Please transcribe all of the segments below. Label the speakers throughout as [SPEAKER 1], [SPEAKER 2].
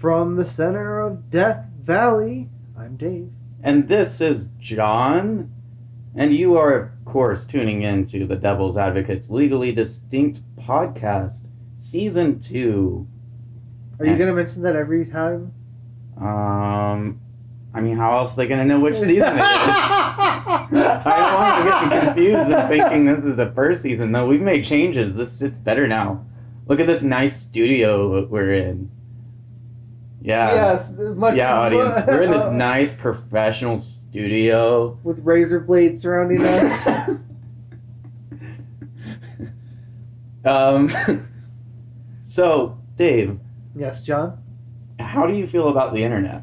[SPEAKER 1] From the center of Death Valley, I'm Dave.
[SPEAKER 2] And this is John. And you are, of course, tuning in to the Devil's Advocates Legally Distinct podcast, season two.
[SPEAKER 1] Are you
[SPEAKER 2] And-
[SPEAKER 1] going to mention that every time?
[SPEAKER 2] Um, I mean, how else are they going to know which season it is? I don't want to get confused and thinking this is the first season. No, we've made changes. This shit's better now. Look at this nice studio we're in. Yeah.
[SPEAKER 1] Yes, much
[SPEAKER 2] uh, yeah, audience. We're in this
[SPEAKER 1] uh,
[SPEAKER 2] nice professional studio.
[SPEAKER 1] with razor blades surrounding us.
[SPEAKER 2] um, so, Dave,
[SPEAKER 1] yes, John.
[SPEAKER 2] how do you feel about the internet?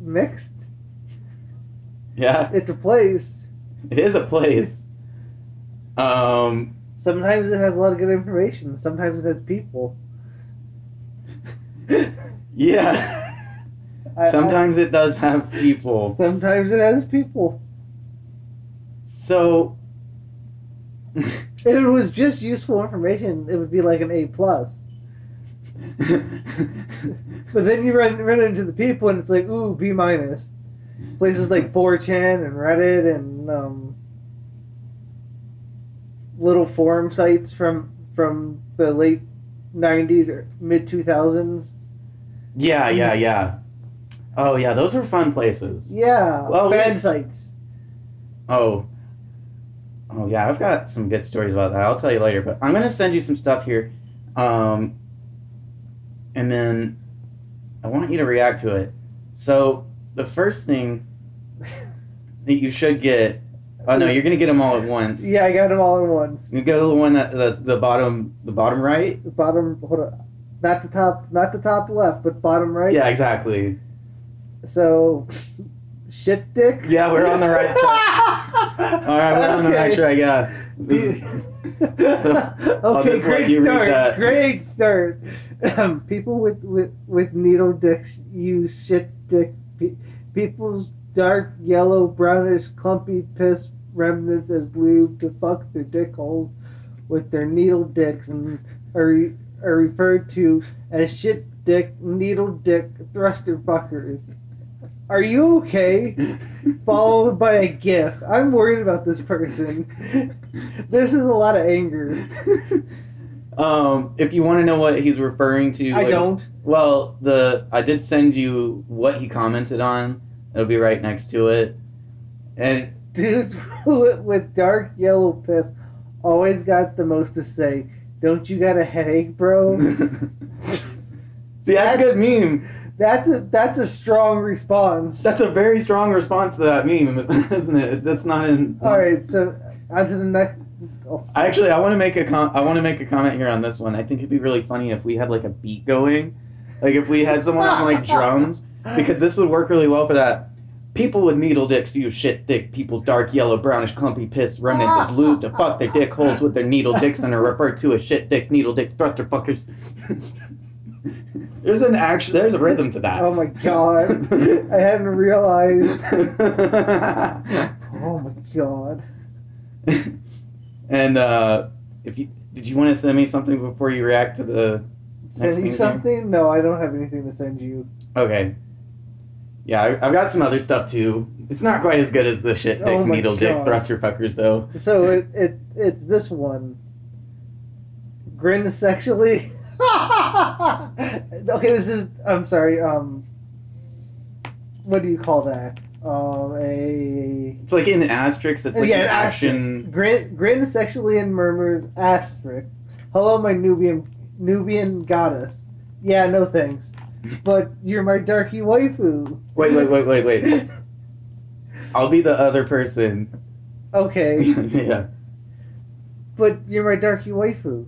[SPEAKER 1] Mixed.
[SPEAKER 2] Yeah,
[SPEAKER 1] It's a place.
[SPEAKER 2] it is a place. Um,
[SPEAKER 1] Sometimes it has a lot of good information. Sometimes it has people.
[SPEAKER 2] yeah.
[SPEAKER 1] I- I-
[SPEAKER 2] Sometimes it does have people.
[SPEAKER 1] sometimes it has people.
[SPEAKER 2] So,
[SPEAKER 1] If it was just useful information, it would be like an A plus. But then you run run into the people, and it's like ooh B minus. Places
[SPEAKER 2] Mm-hmm.
[SPEAKER 1] like 4chan and Reddit and um, little forum sites from from the late 90s or mid 2000s.
[SPEAKER 2] yeah, yeah, yeah. Oh, yeah, those are fun places.
[SPEAKER 1] Yeah,
[SPEAKER 2] Well, we-
[SPEAKER 1] fan sites.
[SPEAKER 2] Oh. Oh yeah, I've got some good stories about that. I'll tell you later, but I'm gonna send you some stuff here. Um and then I want you to react to it. So the first thing that you should get oh no, you're gonna get them all at once.
[SPEAKER 1] Yeah, I got them all in ones.
[SPEAKER 2] You go to the one that the, the bottom the bottom right.
[SPEAKER 1] The bottom, hold on, not the top, not the top left, but bottom right.
[SPEAKER 2] Yeah, exactly.
[SPEAKER 1] So, shit, dick.
[SPEAKER 2] Yeah, we're on the right
[SPEAKER 1] track.
[SPEAKER 2] All right, we're on the right track. Yeah. This is- So, I'll
[SPEAKER 1] okay,
[SPEAKER 2] just let
[SPEAKER 1] great
[SPEAKER 2] you read
[SPEAKER 1] start.
[SPEAKER 2] that.
[SPEAKER 1] Great start. Um, people with, with, with needle dicks use shit dick. Pe- people's dark yellow, brownish, clumpy piss remnants as lube to fuck their dick holes with their needle dicks and are, re- are referred to as shit dick, needle dick, thruster fuckers. Are you okay? Followed by a gif. I'm worried about this person. This is a lot of anger.
[SPEAKER 2] um, if you want to know what he's referring to,
[SPEAKER 1] I
[SPEAKER 2] like,
[SPEAKER 1] don't.
[SPEAKER 2] Well, the I did send you what he commented on. It'll be right next to it. And
[SPEAKER 1] Dudes with- with dark yellow piss always got the most to say. Don't you got a headache, bro?
[SPEAKER 2] see, that's a good meme.
[SPEAKER 1] That's a that's a strong response.
[SPEAKER 2] That's a very strong response to that meme, isn't it? That's not in.
[SPEAKER 1] All right, so on to the next. Oh,
[SPEAKER 2] I actually I want to make a com- I want to make a comment here on this one. I think it'd be really funny if we had like a beat going, like if we had someone on like drums, because this would work really well for that. People with needle dicks use shit thick people's dark yellow brownish clumpy piss remnants as lube to fuck their dick holes with their needle dicks and are referred to as shit dick needle dick thruster fuckers. there's an action. There's a rhythm to that.
[SPEAKER 1] oh my god, I hadn't realized. Oh my god.
[SPEAKER 2] and uh, if you did, you want to send me something before you react to the. Next
[SPEAKER 1] Send
[SPEAKER 2] thing
[SPEAKER 1] you
[SPEAKER 2] here.
[SPEAKER 1] something? No, I don't have anything to send you.
[SPEAKER 2] Okay. Yeah, I, I've got some other stuff too. It's not quite as good as the shit dick
[SPEAKER 1] Oh my
[SPEAKER 2] needle dick
[SPEAKER 1] God.
[SPEAKER 2] thruster fuckers though.
[SPEAKER 1] So it, it it's this one. Grin sexually. okay, this is. I'm sorry. Um, what do you call that? Um, a
[SPEAKER 2] It's like in asterisks. It's like
[SPEAKER 1] Yeah,
[SPEAKER 2] an
[SPEAKER 1] an
[SPEAKER 2] action.
[SPEAKER 1] grin, grin sexually and murmurs asterisk. Hello, my Nubian Nubian goddess. Yeah, no thanks. But you're my darky waifu.
[SPEAKER 2] Wait, wait, wait, wait, wait. I'll be the other person.
[SPEAKER 1] Okay,
[SPEAKER 2] yeah.
[SPEAKER 1] but you're my darky waifu.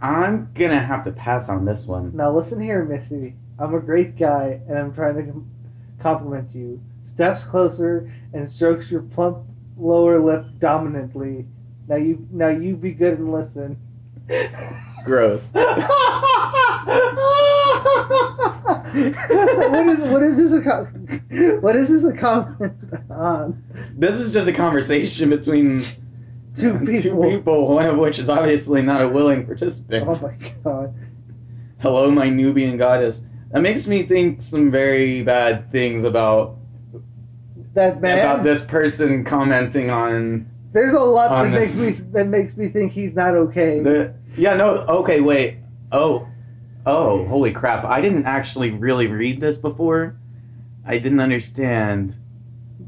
[SPEAKER 2] I'm gonna have to pass on this one.
[SPEAKER 1] Now listen here, Missy. I'm a great guy, and I'm trying to com- compliment you. Steps closer and strokes your plump lower lip dominantly. Now you, now you be good and listen.
[SPEAKER 2] Gross.
[SPEAKER 1] what is what is this a com- what is this a comment on?
[SPEAKER 2] This is just a conversation between
[SPEAKER 1] Two people.
[SPEAKER 2] two people, one of which is obviously not a willing participant.
[SPEAKER 1] Oh my god!
[SPEAKER 2] Hello, my Nubian goddess. That makes me think some very bad things about
[SPEAKER 1] That man.
[SPEAKER 2] about this person commenting on
[SPEAKER 1] There's a lot
[SPEAKER 2] on
[SPEAKER 1] that makes me
[SPEAKER 2] this.
[SPEAKER 1] that makes me think he's not okay.
[SPEAKER 2] the. Yeah, no. Okay, wait. Oh, oh, holy crap! I didn't actually really read this before. I didn't understand.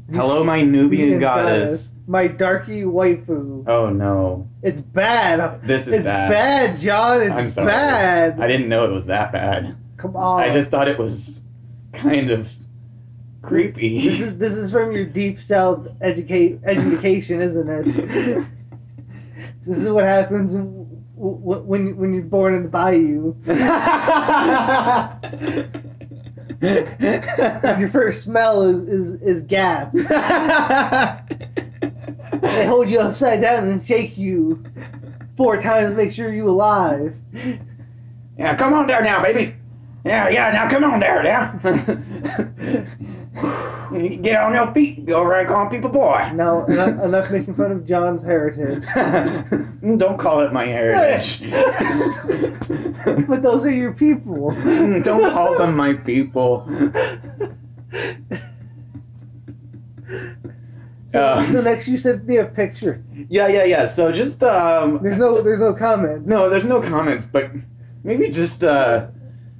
[SPEAKER 1] He's-
[SPEAKER 2] Hello, my Nubian goddess.
[SPEAKER 1] My darky waifu.
[SPEAKER 2] Oh no,
[SPEAKER 1] It's bad.
[SPEAKER 2] this is
[SPEAKER 1] It's bad.
[SPEAKER 2] bad.
[SPEAKER 1] John. It's
[SPEAKER 2] I'm sorry.
[SPEAKER 1] bad. Oh.
[SPEAKER 2] I didn't know it was that bad.
[SPEAKER 1] Come on.
[SPEAKER 2] I just thought it was kind of creepy.
[SPEAKER 1] This is this is from your deep south educate education, isn't it? this is what happens w- w- when when you're born in the bayou. Your first smell is is, is gas. They hold you upside down and shake you four times, make sure you alive.
[SPEAKER 2] yeah, come on there now, baby. Yeah, yeah, now come on there now. Get on your feet, go around calling people boy.
[SPEAKER 1] No, enough, enough making fun of John's heritage.
[SPEAKER 2] Mm, Don't call it my heritage.
[SPEAKER 1] But those are your people.
[SPEAKER 2] Mm, Don't call them my people.
[SPEAKER 1] So,
[SPEAKER 2] Uh.
[SPEAKER 1] so next you sent me a picture.
[SPEAKER 2] Yeah, yeah, yeah. So just um
[SPEAKER 1] There's no there's no comment.
[SPEAKER 2] No, there's no comments, but maybe just uh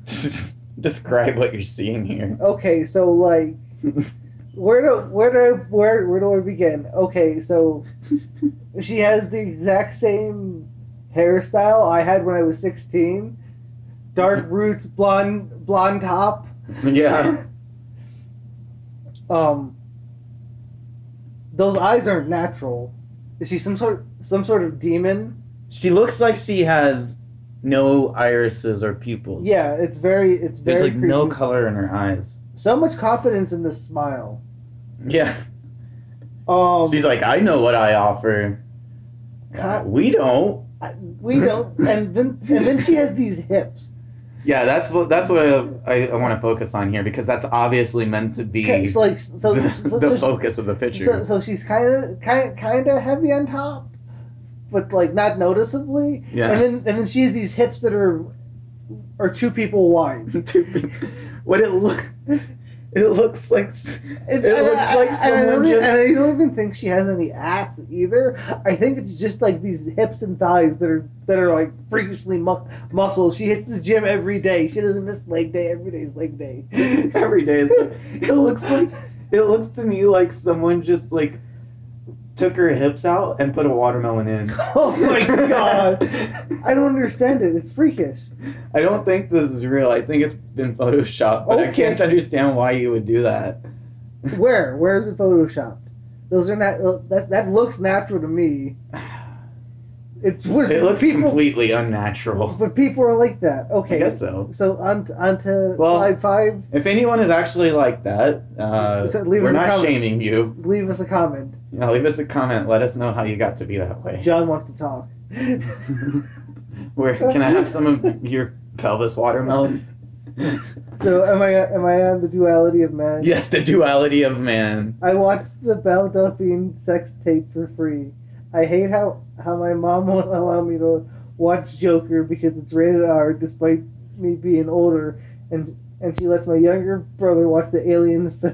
[SPEAKER 2] describe what you're seeing here.
[SPEAKER 1] Okay, so like where do where do where where do I begin? Okay, so she has the exact same hairstyle I had when I was sixteen. Dark roots, blonde blonde top.
[SPEAKER 2] yeah.
[SPEAKER 1] Um those eyes aren't natural. Is she some sort some sort of demon?
[SPEAKER 2] She looks like she has no irises or pupils.
[SPEAKER 1] Yeah, it's very it's very
[SPEAKER 2] There's like no
[SPEAKER 1] creepy.
[SPEAKER 2] color in her eyes.
[SPEAKER 1] so much confidence in the smile.
[SPEAKER 2] Yeah.
[SPEAKER 1] Um
[SPEAKER 2] She's like, I know what I offer.
[SPEAKER 1] God.
[SPEAKER 2] we don't.
[SPEAKER 1] I- we don't and then and then she has these hips.
[SPEAKER 2] Yeah, that's what that's what I, I, I want to focus on here because that's obviously meant to be
[SPEAKER 1] Okay, so like so, so,
[SPEAKER 2] the,
[SPEAKER 1] so,
[SPEAKER 2] the
[SPEAKER 1] so-
[SPEAKER 2] focus of the picture.
[SPEAKER 1] so, so she's kind of kind kind of heavy on top, but like not noticeably.
[SPEAKER 2] Yeah.
[SPEAKER 1] And then and then she has these hips that are are two people wide.
[SPEAKER 2] to be- what it look it looks like s- it,
[SPEAKER 1] And I-
[SPEAKER 2] looks like
[SPEAKER 1] I- I don't
[SPEAKER 2] someone
[SPEAKER 1] even-
[SPEAKER 2] just
[SPEAKER 1] and I don't even think she has any ass either. I think it's just like these hips and thighs that are that are like freakishly mu- muscles. She hits the gym every day. She doesn't miss leg day. Every day is leg day.
[SPEAKER 2] every day it's like, it looks like it looks to me like someone just like took her hips out and put a watermelon in
[SPEAKER 1] Oh my god. I don't understand it. It's freakish.
[SPEAKER 2] i don't think this is real i think it's been photoshopped but i
[SPEAKER 1] Okay.
[SPEAKER 2] can't understand why you would do that
[SPEAKER 1] Where? Where is it photoshopped? Those are not. That that looks natural to me. It's weird.
[SPEAKER 2] it looks
[SPEAKER 1] people,
[SPEAKER 2] completely unnatural
[SPEAKER 1] but people are like that.
[SPEAKER 2] i
[SPEAKER 1] Okay.
[SPEAKER 2] guess so
[SPEAKER 1] So on on to
[SPEAKER 2] Well-
[SPEAKER 1] slide five.
[SPEAKER 2] if anyone is actually like that uh,
[SPEAKER 1] So leave
[SPEAKER 2] we're
[SPEAKER 1] us a
[SPEAKER 2] not
[SPEAKER 1] comment.
[SPEAKER 2] shaming you.
[SPEAKER 1] Leave us a comment.
[SPEAKER 2] Yeah, leave us a comment let us know how you got to be that way
[SPEAKER 1] John wants to talk.
[SPEAKER 2] Where can I have some of your pelvis watermelon?
[SPEAKER 1] So am I am I on the duality of man?
[SPEAKER 2] yes, the duality of man.
[SPEAKER 1] I watched the Belle Delphine sex tape for free. I hate how how my mom won't allow me to watch Joker because it's rated R, despite me being older, and and she lets my younger brother watch the Aliens fi-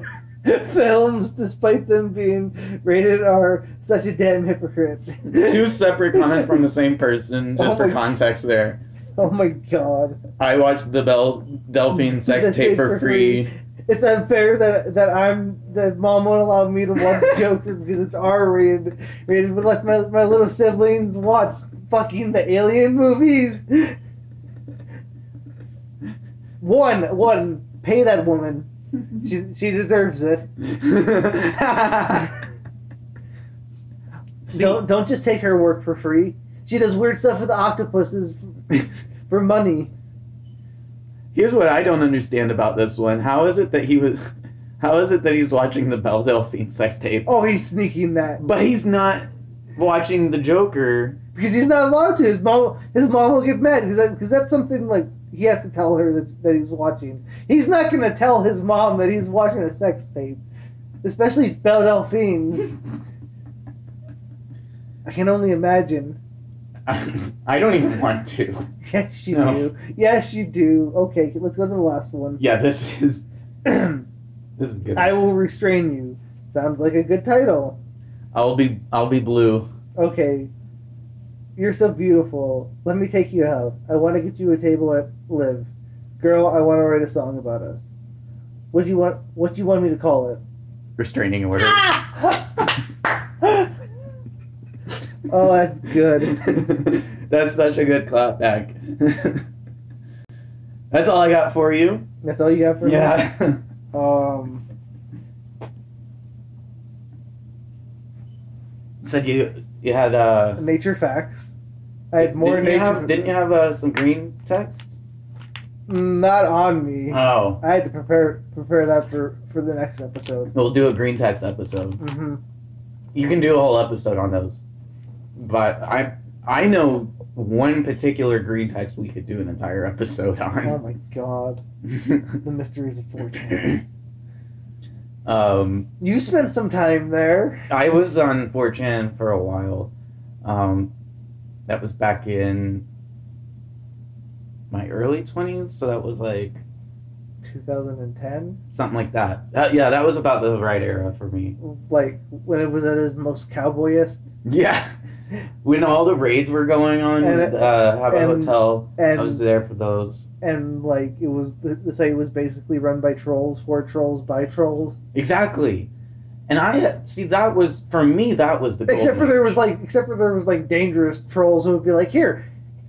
[SPEAKER 1] films, despite them being rated R. Such a damn hypocrite.
[SPEAKER 2] Two separate comments from the same person, just
[SPEAKER 1] Oh
[SPEAKER 2] for
[SPEAKER 1] my-
[SPEAKER 2] context. There,
[SPEAKER 1] oh my god.
[SPEAKER 2] I watched the Bell Delphine sex tape for free.
[SPEAKER 1] It's unfair that that I'm that mom won't allow me to watch Joker because it's R rated, rated, but lets my my little siblings watch fucking the Alien movies. One, one, pay that woman. She she deserves it.
[SPEAKER 2] See-
[SPEAKER 1] Don't don't just take her work for free. She does weird stuff with octopuses for money.
[SPEAKER 2] Here's what I don't understand about this one. How is it that he was? How is it that he's watching the Bell Delphine sex tape,
[SPEAKER 1] Oh, he's sneaking that
[SPEAKER 2] but he's not watching the Joker?
[SPEAKER 1] because he's not allowed to. His mom, his mom will get mad because because that's something like he has to tell her that, that he's watching. He's not gonna tell his mom that he's watching a sex tape, especially Belle Delphine's. I can only imagine.
[SPEAKER 2] I, I don't even want to.
[SPEAKER 1] Yes, you
[SPEAKER 2] No.
[SPEAKER 1] do. Yes, you do. Okay, let's go to the last one.
[SPEAKER 2] Yeah, this is
[SPEAKER 1] I
[SPEAKER 2] this is good.
[SPEAKER 1] will restrain you. Sounds like a good title.
[SPEAKER 2] I'll be I'll be blue.
[SPEAKER 1] Okay. You're so beautiful. Let me take you out. I want to get you a table at Live. Girl, I want to write a song about us. What do you want? What do you want me to call it?
[SPEAKER 2] Restraining order.
[SPEAKER 1] oh, that's good.
[SPEAKER 2] That's such a good clap back. That's all I got for you.
[SPEAKER 1] That's all you got for me.
[SPEAKER 2] Yeah.
[SPEAKER 1] Um.
[SPEAKER 2] Said you you had uh
[SPEAKER 1] Nature facts. I had more
[SPEAKER 2] didn't
[SPEAKER 1] nature.
[SPEAKER 2] You have, didn't you have uh, some green text?
[SPEAKER 1] Not on me.
[SPEAKER 2] Oh.
[SPEAKER 1] I had to prepare prepare that for for the next episode.
[SPEAKER 2] We'll do a green text episode.
[SPEAKER 1] hmm
[SPEAKER 2] You can do a whole episode on those. But I I know one particular green text we could do an entire episode
[SPEAKER 1] Oh
[SPEAKER 2] on.
[SPEAKER 1] my god, the mysteries of fortune. Oh.
[SPEAKER 2] um
[SPEAKER 1] You spent some time there.
[SPEAKER 2] I was on 4chan for a while. Um, that was back in my early 20s, so that was like
[SPEAKER 1] 2010,
[SPEAKER 2] something like that. Uh, yeah, that was about the right era for me.
[SPEAKER 1] like when it was at its most cowboyist,
[SPEAKER 2] Yeah. When all the raids were going on,
[SPEAKER 1] And-
[SPEAKER 2] uh, have a
[SPEAKER 1] and-
[SPEAKER 2] hotel. I was
[SPEAKER 1] and
[SPEAKER 2] there for those.
[SPEAKER 1] and like it was the, the site was basically run by trolls, for trolls, by trolls.
[SPEAKER 2] Exactly. And I see that was for me that was the golden
[SPEAKER 1] Except for there was
[SPEAKER 2] age.
[SPEAKER 1] like, except for there was like dangerous trolls who would be like, here,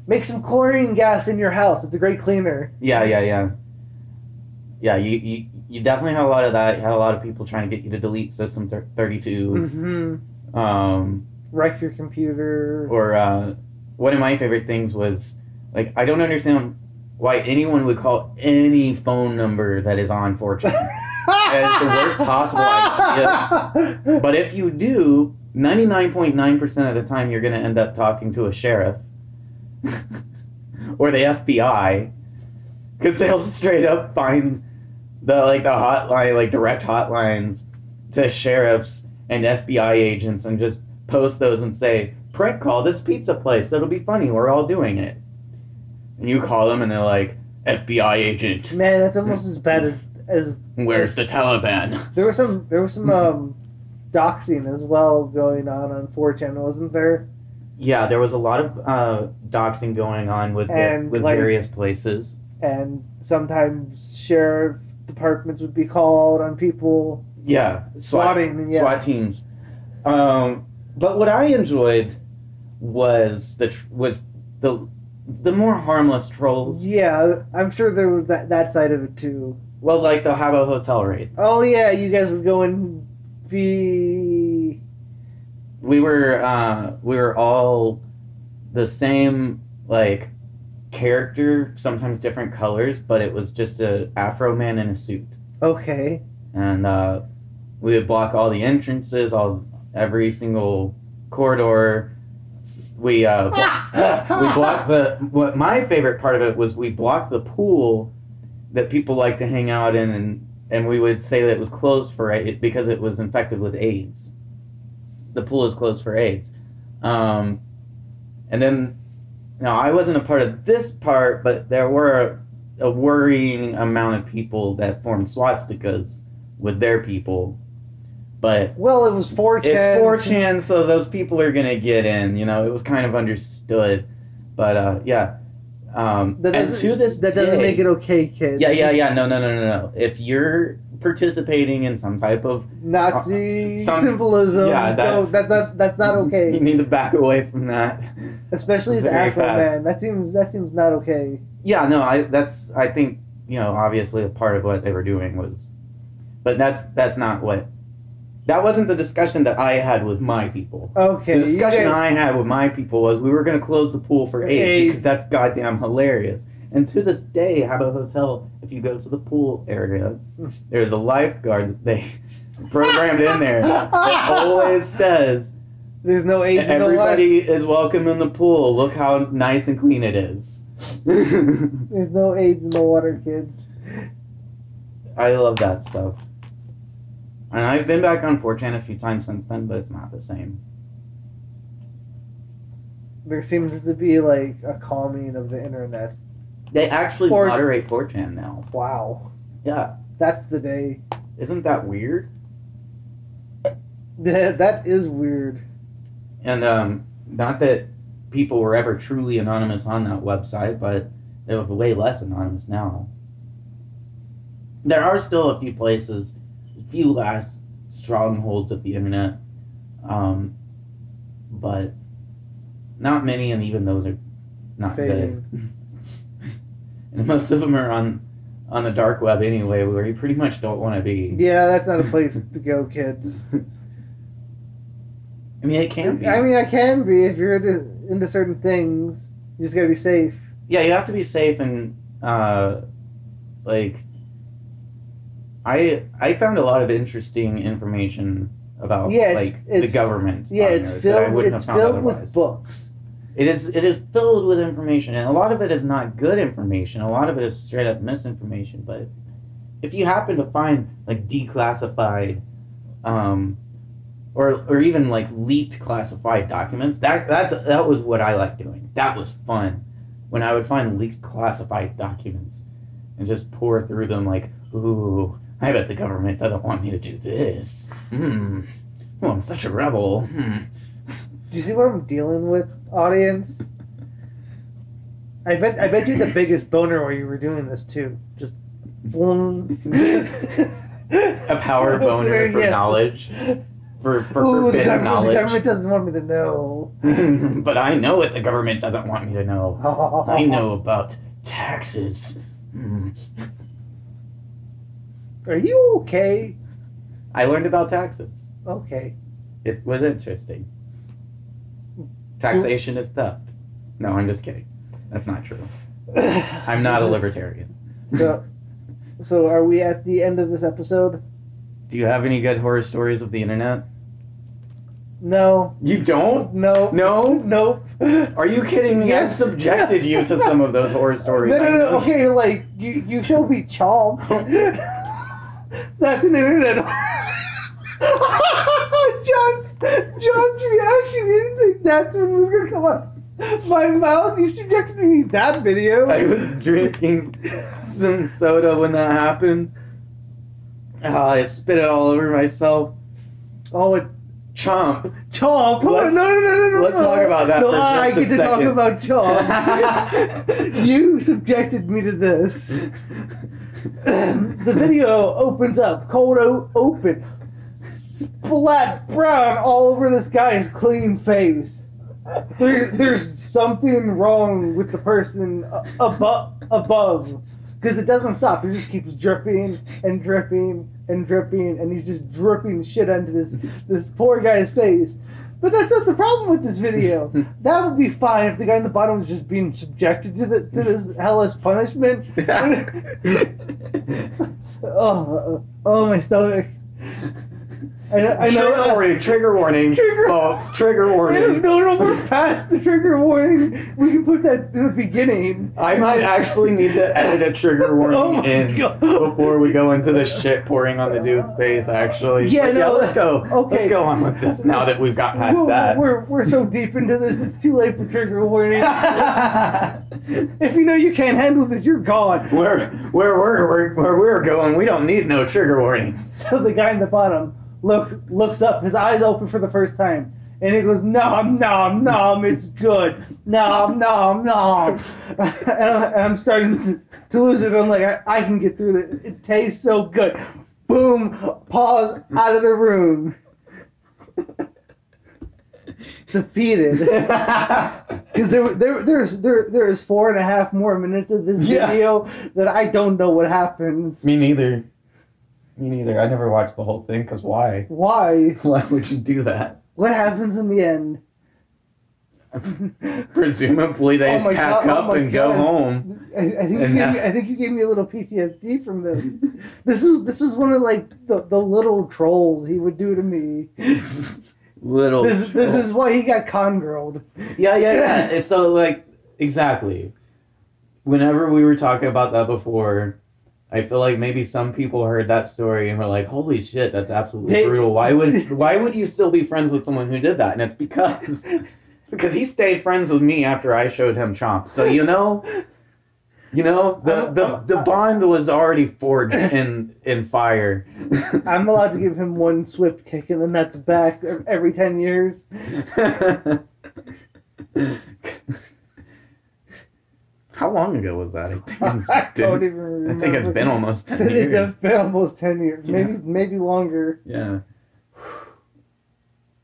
[SPEAKER 1] make some chlorine gas in your house. It's a great cleaner.
[SPEAKER 2] Yeah, yeah, yeah. Yeah, you, you you definitely had a lot of that. You had a lot of people trying to get you to delete System thir- 32.
[SPEAKER 1] hmm
[SPEAKER 2] Um,
[SPEAKER 1] Wreck your computer.
[SPEAKER 2] or uh, one of my favorite things was, like, I don't understand why anyone would call any phone number that is on 4chan. it's the worst possible idea. but if you do, 99.9% of the time you're going to end up talking to a sheriff or the FBI because they'll straight up find the like the hotline like direct hotlines to sheriffs and FBI agents and just post those and say prank call this pizza place it'll be funny we're all doing it and you call them and they're like FBI agent
[SPEAKER 1] Man, that's almost as bad as as
[SPEAKER 2] where's the Taliban
[SPEAKER 1] There was some there was some um doxing as well going on on 4chan, wasn't there?
[SPEAKER 2] yeah there was a lot of uh, doxing going on with
[SPEAKER 1] And,
[SPEAKER 2] with
[SPEAKER 1] like-
[SPEAKER 2] various places
[SPEAKER 1] And sometimes sheriff departments would be called on people.
[SPEAKER 2] Yeah, SWAT,
[SPEAKER 1] Swatting, yeah.
[SPEAKER 2] SWAT teams. Um, but what I enjoyed was the tr- was the the more harmless trolls.
[SPEAKER 1] Yeah, I'm sure there was that that side of it too.
[SPEAKER 2] Well, like the Habbo hotel raids.
[SPEAKER 1] Oh yeah, you guys would go and be
[SPEAKER 2] We were uh, we were all the same like character, sometimes different colors, but it was just a Afro man in a suit,
[SPEAKER 1] okay.
[SPEAKER 2] and uh, we would block all the entrances, all every single corridor. S- We uh, we blocked the what my favorite part of it was we blocked the pool that people like to hang out in and and we would say that it was closed for it because it was infected with AIDS. The pool is closed for AIDS. Um, and then now I wasn't a part of this part, but there were a worrying amount of people that formed swastikas with their people. But
[SPEAKER 1] Well, it was 4chan.
[SPEAKER 2] it's 4chan, so those people are gonna get in. You know, it was kind of understood, but uh, yeah. Um,
[SPEAKER 1] That
[SPEAKER 2] and
[SPEAKER 1] doesn't,
[SPEAKER 2] to this
[SPEAKER 1] that doesn't
[SPEAKER 2] day-
[SPEAKER 1] make it okay, kids.
[SPEAKER 2] Yeah, yeah, yeah. No, no, no, no, no. If you're participating in some type of
[SPEAKER 1] Nazi
[SPEAKER 2] Uh, Some-
[SPEAKER 1] symbolism.
[SPEAKER 2] yeah,
[SPEAKER 1] no,
[SPEAKER 2] that's-
[SPEAKER 1] that's not that's not okay.
[SPEAKER 2] you need to back away from that.
[SPEAKER 1] Especially as
[SPEAKER 2] Very
[SPEAKER 1] Afro
[SPEAKER 2] fast.
[SPEAKER 1] man. That seems that seems not okay.
[SPEAKER 2] Yeah, no. I that's I think you know obviously a part of what they were doing was, but that's that's not what. That wasn't the discussion that I had with my people.
[SPEAKER 1] Okay.
[SPEAKER 2] The
[SPEAKER 1] you
[SPEAKER 2] discussion
[SPEAKER 1] guys-
[SPEAKER 2] I had with my people was we were going to close the pool for AIDS,
[SPEAKER 1] AIDS.
[SPEAKER 2] because that's goddamn hilarious. And to this day, how about hotel? If you go to the pool area, there's a lifeguard that they programmed in there that always says
[SPEAKER 1] There's no AIDS in the life.
[SPEAKER 2] everybody is welcome in the pool. Look how nice and clean it is.
[SPEAKER 1] There's no AIDS in the water, kids.
[SPEAKER 2] I love that stuff. And I've been back on 4chan a few times since then, but it's not the same.
[SPEAKER 1] there seems to be like a calming of the internet.
[SPEAKER 2] They actually
[SPEAKER 1] Or-
[SPEAKER 2] moderate 4chan now.
[SPEAKER 1] Wow,
[SPEAKER 2] Yeah.
[SPEAKER 1] that's the day.
[SPEAKER 2] Isn't that weird?
[SPEAKER 1] that is weird.
[SPEAKER 2] And um, not that people were ever truly anonymous on that website, but they were way less anonymous now. There are still a few places, a few last strongholds of the internet, um, but not many, and even those are not
[SPEAKER 1] Fading.
[SPEAKER 2] good. and most of them are on on the dark web anyway, where you pretty much don't want to be.
[SPEAKER 1] Yeah, that's not a place to go, kids.
[SPEAKER 2] I mean, it can be.
[SPEAKER 1] I mean, I can be if you're into, into certain things. You just gotta be safe.
[SPEAKER 2] yeah, you have to be safe and uh, like I I found a lot of interesting information about
[SPEAKER 1] Yeah, it's-
[SPEAKER 2] like the
[SPEAKER 1] it's-
[SPEAKER 2] government.
[SPEAKER 1] Yeah,
[SPEAKER 2] on
[SPEAKER 1] it's
[SPEAKER 2] there that I
[SPEAKER 1] filled.
[SPEAKER 2] wouldn't
[SPEAKER 1] It's
[SPEAKER 2] have found
[SPEAKER 1] filled
[SPEAKER 2] otherwise.
[SPEAKER 1] with books.
[SPEAKER 2] It is it is filled with information, and a lot of it is not good information. A lot of it is straight up misinformation. But if you happen to find like declassified, um, or or even like leaked classified documents, that that's that was what I like doing. That was fun when I would find leaked classified documents and just pour through them like, ooh, I bet the government doesn't want me to do this. Hmm. Oh, I'm such a rebel. Hmm.
[SPEAKER 1] Do you see what I'm dealing with, audience? I bet I bet you the biggest boner while you were doing this too. Just boom.
[SPEAKER 2] a
[SPEAKER 1] a
[SPEAKER 2] power boner for knowledge, for, for
[SPEAKER 1] Ooh, the
[SPEAKER 2] forbidden
[SPEAKER 1] government, the
[SPEAKER 2] knowledge.
[SPEAKER 1] government doesn't want me to know.
[SPEAKER 2] but I know what the government doesn't want me to know.
[SPEAKER 1] Uh-huh.
[SPEAKER 2] I know about taxes. Hmm.
[SPEAKER 1] Are you okay?
[SPEAKER 2] I learned about taxes.
[SPEAKER 1] Okay.
[SPEAKER 2] It was interesting. Taxation is theft. No, I'm just kidding. That's not true. I'm not a libertarian.
[SPEAKER 1] So, so are we at the end of this episode?
[SPEAKER 2] Do you have any good horror stories of the internet?
[SPEAKER 1] No.
[SPEAKER 2] You don't?
[SPEAKER 1] No.
[SPEAKER 2] No?
[SPEAKER 1] Nope.
[SPEAKER 2] Are you kidding me? I've
[SPEAKER 1] Yes.
[SPEAKER 2] subjected you to some of those horror stories.
[SPEAKER 1] No,
[SPEAKER 2] I
[SPEAKER 1] no, no.
[SPEAKER 2] know.
[SPEAKER 1] Okay, like you, you showed me Chomp. That's an internet. John's, John's reaction didn't think that's what was gonna come out. My mouth. You subjected me to that video.
[SPEAKER 2] I was drinking some soda when that happened. Ah, I spit it all over myself.
[SPEAKER 1] Oh, it,
[SPEAKER 2] Chomp.
[SPEAKER 1] Chomp. Oh,
[SPEAKER 2] Let's-
[SPEAKER 1] no, no, no, no, no.
[SPEAKER 2] let's
[SPEAKER 1] no.
[SPEAKER 2] talk about that
[SPEAKER 1] No,
[SPEAKER 2] for just
[SPEAKER 1] I
[SPEAKER 2] a
[SPEAKER 1] get to talk
[SPEAKER 2] second.
[SPEAKER 1] about Chomp. you subjected me to this. the video opens up, cold o- open, splat brown all over this guy's clean face. There, there's something wrong with the person above, above, because it doesn't stop. It just keeps dripping and dripping and dripping, and he's just dripping shit onto this this poor guy's face. But that's not the problem with this video. That would be fine if the guy in the bottom was just being subjected to the to this hellish punishment. Oh, uh, oh, my stomach. I, know- I know.
[SPEAKER 2] Trigger warning, trigger warning,
[SPEAKER 1] Trigger-
[SPEAKER 2] folks, trigger
[SPEAKER 1] I don't
[SPEAKER 2] warning.
[SPEAKER 1] know. No, we're past the trigger warning. We can put that in the beginning.
[SPEAKER 2] I might actually need to edit a trigger warning
[SPEAKER 1] Oh my
[SPEAKER 2] in
[SPEAKER 1] God.
[SPEAKER 2] before we go into the shit pouring on the dude's face, actually.
[SPEAKER 1] Yeah,
[SPEAKER 2] But
[SPEAKER 1] no,
[SPEAKER 2] let's go.
[SPEAKER 1] okay.
[SPEAKER 2] Let's go on with this now that we've got past
[SPEAKER 1] We're,
[SPEAKER 2] that.
[SPEAKER 1] we're we're so deep into this. It's too late for trigger warning. if you know you can't handle this, you're gone.
[SPEAKER 2] where, where, we're, where, where we're going, we don't need no trigger warnings.
[SPEAKER 1] So the guy in the bottom looks looks up. His eyes open for the first time. And he goes, nom, nom, nom, it's good. Nom, nom, nom. and, I'm, and I'm starting to, to lose it. I'm like, I, I can get through this. It tastes so good. Boom, pause, out of the room. Defeated. Because there, there, there's, there, there's four and a half more minutes of this
[SPEAKER 2] Yeah.
[SPEAKER 1] video that I don't know what happens.
[SPEAKER 2] Me neither. Me neither. I never watched the whole thing, because why?
[SPEAKER 1] Why?
[SPEAKER 2] Why would you do that?
[SPEAKER 1] What happens in the end?
[SPEAKER 2] Presumably they
[SPEAKER 1] Oh my
[SPEAKER 2] pack
[SPEAKER 1] God, oh
[SPEAKER 2] up
[SPEAKER 1] my
[SPEAKER 2] and
[SPEAKER 1] God.
[SPEAKER 2] go home.
[SPEAKER 1] I, I think you gave
[SPEAKER 2] And uh, that-
[SPEAKER 1] me, I think you gave me a little PTSD from this. this is this is one of like the, the little trolls he would do to me.
[SPEAKER 2] Little.
[SPEAKER 1] This this
[SPEAKER 2] troll.
[SPEAKER 1] is why he got congirled.
[SPEAKER 2] Yeah, yeah, yeah. And so like exactly. Whenever we were talking about that before, I feel like maybe some people heard that story and were like, "Holy shit, that's absolutely
[SPEAKER 1] They-
[SPEAKER 2] brutal. Why would why would you still be friends with someone who did that?" And it's because because he stayed friends with me after I showed him Chomp. So you know, you know the
[SPEAKER 1] I'm-
[SPEAKER 2] the,
[SPEAKER 1] I'm-
[SPEAKER 2] the bond was already forged in in fire.
[SPEAKER 1] I'm allowed to give him one swift kick, and then that's back every ten years.
[SPEAKER 2] How long ago was that? I think, it's
[SPEAKER 1] I
[SPEAKER 2] been-
[SPEAKER 1] don't even remember.
[SPEAKER 2] I think it's been almost ten years.
[SPEAKER 1] It's been almost ten years,
[SPEAKER 2] Yeah.
[SPEAKER 1] maybe maybe longer.
[SPEAKER 2] Yeah.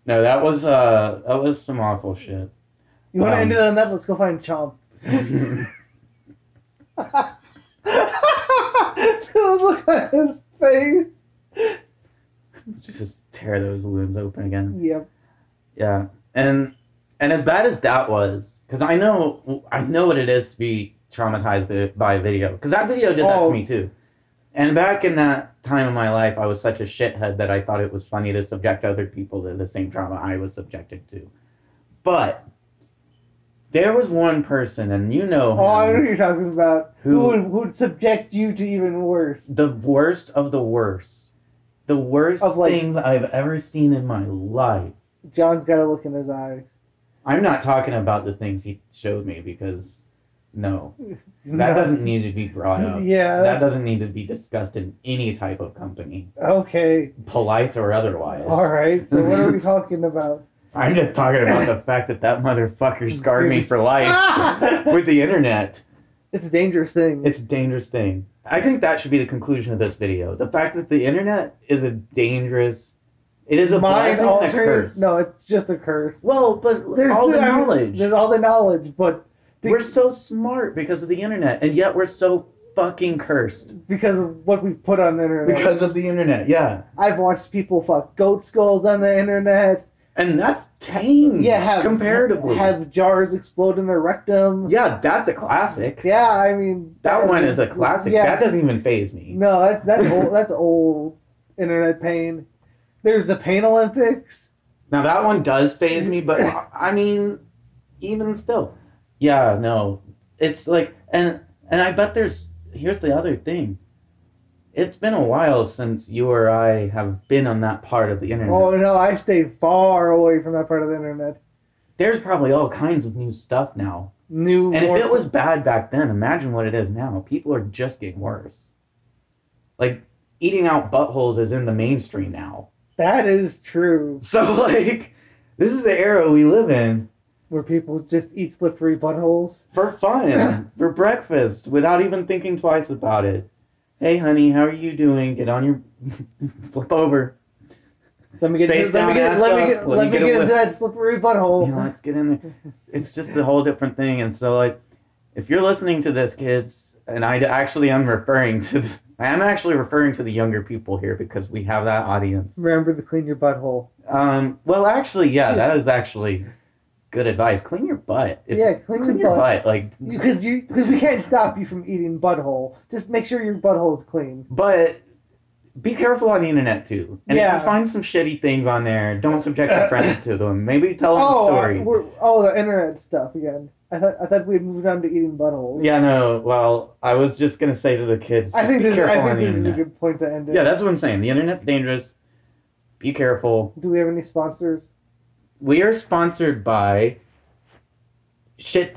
[SPEAKER 2] No, that was uh that was some awful shit.
[SPEAKER 1] You want to
[SPEAKER 2] Um,
[SPEAKER 1] end it on that? Let's go find Chomp. the look on his face.
[SPEAKER 2] Just tear those wounds open again.
[SPEAKER 1] Yep.
[SPEAKER 2] Yeah. And and as bad as that was, because I know I know what it is to be traumatized by- by a video, because that video did that
[SPEAKER 1] Oh.
[SPEAKER 2] to me too. And back in that time of my life, I was such a shithead that I thought it was funny to subject other people to the same trauma I was subjected to. But there was one person, and you know,
[SPEAKER 1] Oh, I know
[SPEAKER 2] him,
[SPEAKER 1] what you're talking about. Who
[SPEAKER 2] Who-
[SPEAKER 1] would, who would subject you to even worse?
[SPEAKER 2] the worst of the worst, the worst
[SPEAKER 1] Of, like-
[SPEAKER 2] things I've ever seen in my life.
[SPEAKER 1] John's got a look in his eyes.
[SPEAKER 2] I'm not talking about the things he showed me because no, that
[SPEAKER 1] No.
[SPEAKER 2] doesn't need to be brought up.
[SPEAKER 1] Yeah.
[SPEAKER 2] That doesn't need to be discussed in any type of company,
[SPEAKER 1] okay.
[SPEAKER 2] polite or otherwise.
[SPEAKER 1] All right. So what are we talking about?
[SPEAKER 2] I'm just talking about the fact that that motherfucker scarred me for life
[SPEAKER 1] Ah!
[SPEAKER 2] with the internet.
[SPEAKER 1] it's a dangerous thing.
[SPEAKER 2] It's a dangerous thing. I think that should be the conclusion of this video. The fact that the internet is a dangerous, it is a blessing and a
[SPEAKER 1] altering-
[SPEAKER 2] curse.
[SPEAKER 1] No, it's just a curse.
[SPEAKER 2] Well, but
[SPEAKER 1] There's
[SPEAKER 2] all the
[SPEAKER 1] I mean,
[SPEAKER 2] knowledge.
[SPEAKER 1] There's all the knowledge, but the-
[SPEAKER 2] We're so smart because of the internet, and yet we're so fucking cursed
[SPEAKER 1] because of what we've put on the internet.
[SPEAKER 2] because of the internet. Yeah,
[SPEAKER 1] I've watched people fuck goat skulls on the internet.
[SPEAKER 2] and that's tame.
[SPEAKER 1] Yeah, have
[SPEAKER 2] Hmm, comparatively.
[SPEAKER 1] have jars explode in their rectum.
[SPEAKER 2] yeah, that's a classic.
[SPEAKER 1] Yeah, I mean
[SPEAKER 2] That one is a classic.
[SPEAKER 1] Yeah,
[SPEAKER 2] That doesn't even phase me.
[SPEAKER 1] no, that's that's old. That's old internet pain. There's the pain Olympics.
[SPEAKER 2] Now that one does phase me, but I- I mean, even still, yeah, no, it's like, and and I bet there's here's the other thing. It's been a while since you or I have been on that part of the internet.
[SPEAKER 1] Oh no, I stay far away from that part of the internet.
[SPEAKER 2] There's probably all kinds of new stuff now.
[SPEAKER 1] New
[SPEAKER 2] And
[SPEAKER 1] more-
[SPEAKER 2] if it was bad back then, imagine what it is now. People are just getting worse. Like eating out buttholes is in the mainstream now.
[SPEAKER 1] that is true,
[SPEAKER 2] So like this is the era we live in
[SPEAKER 1] where people just eat slippery buttholes.
[SPEAKER 2] for fun, for breakfast, without even thinking twice about it. Hey honey, how are you doing? Get on your flip over.
[SPEAKER 1] Let me get
[SPEAKER 2] Face
[SPEAKER 1] into, let me
[SPEAKER 2] down,
[SPEAKER 1] get,
[SPEAKER 2] ass
[SPEAKER 1] let
[SPEAKER 2] up.
[SPEAKER 1] me get,
[SPEAKER 2] Let
[SPEAKER 1] let
[SPEAKER 2] me
[SPEAKER 1] me get,
[SPEAKER 2] get a
[SPEAKER 1] into
[SPEAKER 2] whiff.
[SPEAKER 1] that slippery butthole.
[SPEAKER 2] You know, let's get in there. It's just a whole different thing. And so like if you're listening to this, kids, and I actually am referring to I am actually referring to the younger people here because we have that audience.
[SPEAKER 1] Remember to clean your butthole.
[SPEAKER 2] Um, well, actually, yeah, that is actually good advice. Clean your butt.
[SPEAKER 1] yeah, clean,
[SPEAKER 2] clean
[SPEAKER 1] your butt.
[SPEAKER 2] Like,
[SPEAKER 1] Because you, because we can't stop you from eating butthole. Just make sure your butthole's clean.
[SPEAKER 2] but be careful on the internet too. And if
[SPEAKER 1] Yeah.
[SPEAKER 2] you find some shitty things on there, don't subject your friends to them. Maybe tell them
[SPEAKER 1] oh,
[SPEAKER 2] a story.
[SPEAKER 1] uh, we're, oh, the internet stuff again. I thought, I thought we had moved on to eating buttholes.
[SPEAKER 2] yeah, no. Well, I was just gonna say to the kids,
[SPEAKER 1] I
[SPEAKER 2] just
[SPEAKER 1] think
[SPEAKER 2] be
[SPEAKER 1] this,
[SPEAKER 2] careful
[SPEAKER 1] I
[SPEAKER 2] on
[SPEAKER 1] think
[SPEAKER 2] the
[SPEAKER 1] this is a
[SPEAKER 2] internet.
[SPEAKER 1] good point to end it.
[SPEAKER 2] Yeah, that's what I'm saying. The internet's dangerous. Be careful.
[SPEAKER 1] Do we have any sponsors?
[SPEAKER 2] We are sponsored by shit